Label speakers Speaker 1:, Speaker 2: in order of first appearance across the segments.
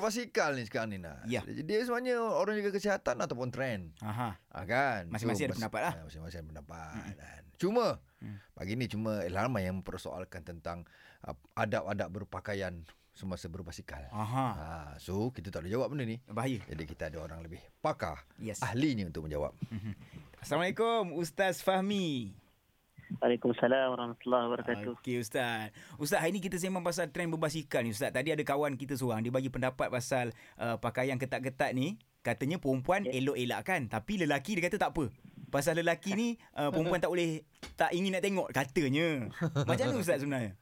Speaker 1: berbasikal ni sekarang ni nak.
Speaker 2: Ya.
Speaker 1: Dia sebenarnya orang jaga kesihatan ataupun trend.
Speaker 2: Aha.
Speaker 1: Ha, kan
Speaker 2: Masing-masing ada
Speaker 1: bas-
Speaker 2: pendapat lah. Mm.
Speaker 1: ha, Masing-masing ada pendapat kan. Cuma Pagi ni cuma Lama yang mempersoalkan tentang uh, Adab-adab berpakaian Semasa berbasikal
Speaker 2: Aha.
Speaker 1: ha, So kita tak boleh jawab benda ni
Speaker 2: Bahaya.
Speaker 1: Jadi kita ada orang lebih pakar
Speaker 2: Yes.
Speaker 1: Ahlinya untuk menjawab
Speaker 2: Ah, Assalamualaikum Ustaz Fahmi.
Speaker 3: Waalaikumsalam warahmatullahi wabarakatuh.
Speaker 2: Okey Ustaz. Ustaz, hari ni kita sembang pasal trend berbasikal ni Ustaz. Tadi ada kawan kita seorang dia bagi pendapat pasal uh, pakaian ketat-ketat ni. Katanya perempuan yeah. elok-elok kan. Tapi lelaki dia kata tak apa. Pasal lelaki ni uh, perempuan tak boleh tak ingin nak tengok katanya. Macam mana Ustaz sebenarnya?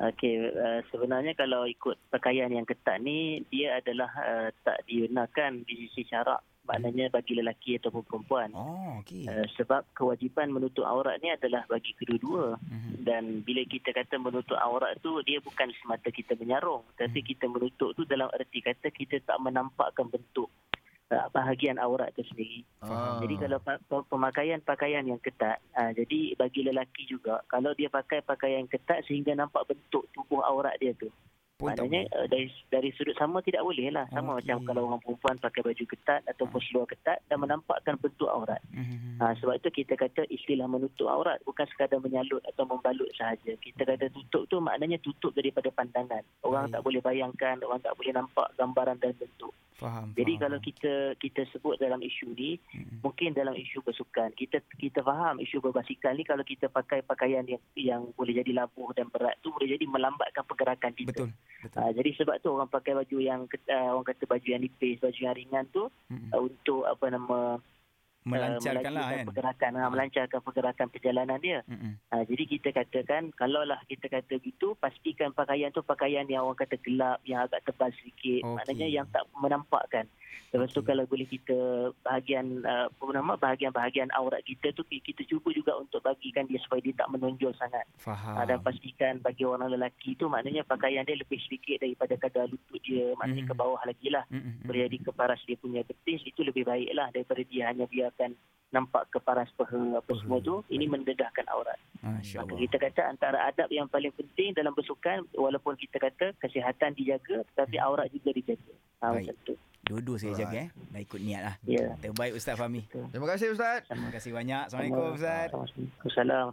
Speaker 3: Okey, uh, sebenarnya kalau ikut pakaian yang ketat ni dia adalah uh, tak dibenarkan di sisi syarak. Maknanya bagi lelaki ataupun perempuan.
Speaker 2: Oh, okey.
Speaker 3: Uh, sebab kewajipan menutup aurat ni adalah bagi kedua-dua.
Speaker 2: Mhm.
Speaker 3: Dan bila kita kata menutup aurat tu dia bukan semata kita menyarung, tapi
Speaker 2: Hmm.
Speaker 3: kita menutup tu dalam erti kata kita tak menampakkan bentuk uh, bahagian aurat tu sendiri.
Speaker 1: Faham.
Speaker 3: Jadi kalau pa- pa- pemakaian pakaian yang ketat, uh, jadi bagi lelaki juga kalau dia pakai pakaian ketat sehingga nampak bentuk tubuh aurat dia tu.
Speaker 2: Pun tak
Speaker 3: Maknanya uh, dari dari sudut sama tidak boleh lah. Sama
Speaker 2: Okey. Ah.
Speaker 3: okay. macam kalau orang perempuan pakai baju ketat ataupun seluar ketat dan menampakkan bentuk aurat.
Speaker 2: Mhm.
Speaker 3: Ha, sebab itu kita kata istilah menutup aurat bukan sekadar menyalut atau membalut sahaja. Kita kata tutup tu maknanya tutup daripada pandangan. Orang
Speaker 2: Baik.
Speaker 3: tak boleh bayangkan, orang tak boleh nampak gambaran dan bentuk.
Speaker 2: Faham.
Speaker 3: Jadi
Speaker 2: faham.
Speaker 3: kalau kita kita sebut dalam isu ni,
Speaker 2: Mhm.
Speaker 3: mungkin dalam isu bersukan kita kita faham isu berbasikal ni kalau kita pakai pakaian yang yang boleh jadi labuh dan berat tu boleh jadi melambatkan pergerakan kita.
Speaker 2: betul. Betul.
Speaker 3: Ah, jadi sebab tu orang pakai baju yang ket- ah, orang kata baju yang nipis, baju yang ringan tu
Speaker 2: Mhm.
Speaker 3: ah, untuk apa nama ah,
Speaker 2: Melancarkanlah
Speaker 3: melaju-
Speaker 2: kan.
Speaker 3: pergerakan ah, melancarkan pergerakan perjalanan dia.
Speaker 2: Mhm.
Speaker 3: Ha, jadi kita katakan kalaulah kita kata gitu pastikan pakaian tu pakaian yang orang kata gelap yang agak tebal sedikit
Speaker 2: Okey.
Speaker 3: okay. maknanya yang tak menampakkan. Lepas tu
Speaker 2: Okey.
Speaker 3: kalau boleh kita bahagian uh, apa nama bahagian-bahagian aurat kita tu ki- kita cuba juga untuk bagikan dia supaya dia tak menonjol sangat.
Speaker 2: Faham.
Speaker 3: Ha, dan pastikan bagi orang lelaki tu maknanya pakaian dia lebih sedikit daripada kadar lutut dia maknanya
Speaker 2: Mhm.
Speaker 3: ke bawah lagi lah.
Speaker 2: Mhm.
Speaker 3: Boleh jadi ke paras dia punya betis itu lebih baik lah daripada dia hanya biarkan nampak ke paras peha apa semua tu ini mendedahkan aurat. Maka
Speaker 2: Masya-Allah.
Speaker 3: kita kata antara adab yang paling penting dalam bersukan walaupun kita kata kesihatan dijaga tetapi aurat juga dijaga. Ha,
Speaker 2: Hmm. Baik.
Speaker 3: macam tu.
Speaker 2: Dua-dua saya
Speaker 1: Alright.
Speaker 2: jaga eh. Dah ikut niat lah.
Speaker 3: Ya.
Speaker 2: Terbaik Ustaz Fahmi.
Speaker 1: Terima kasih Ustaz
Speaker 2: Terima kasih banyak. Assalamualaikum Ustaz.
Speaker 3: Assalamualaikum.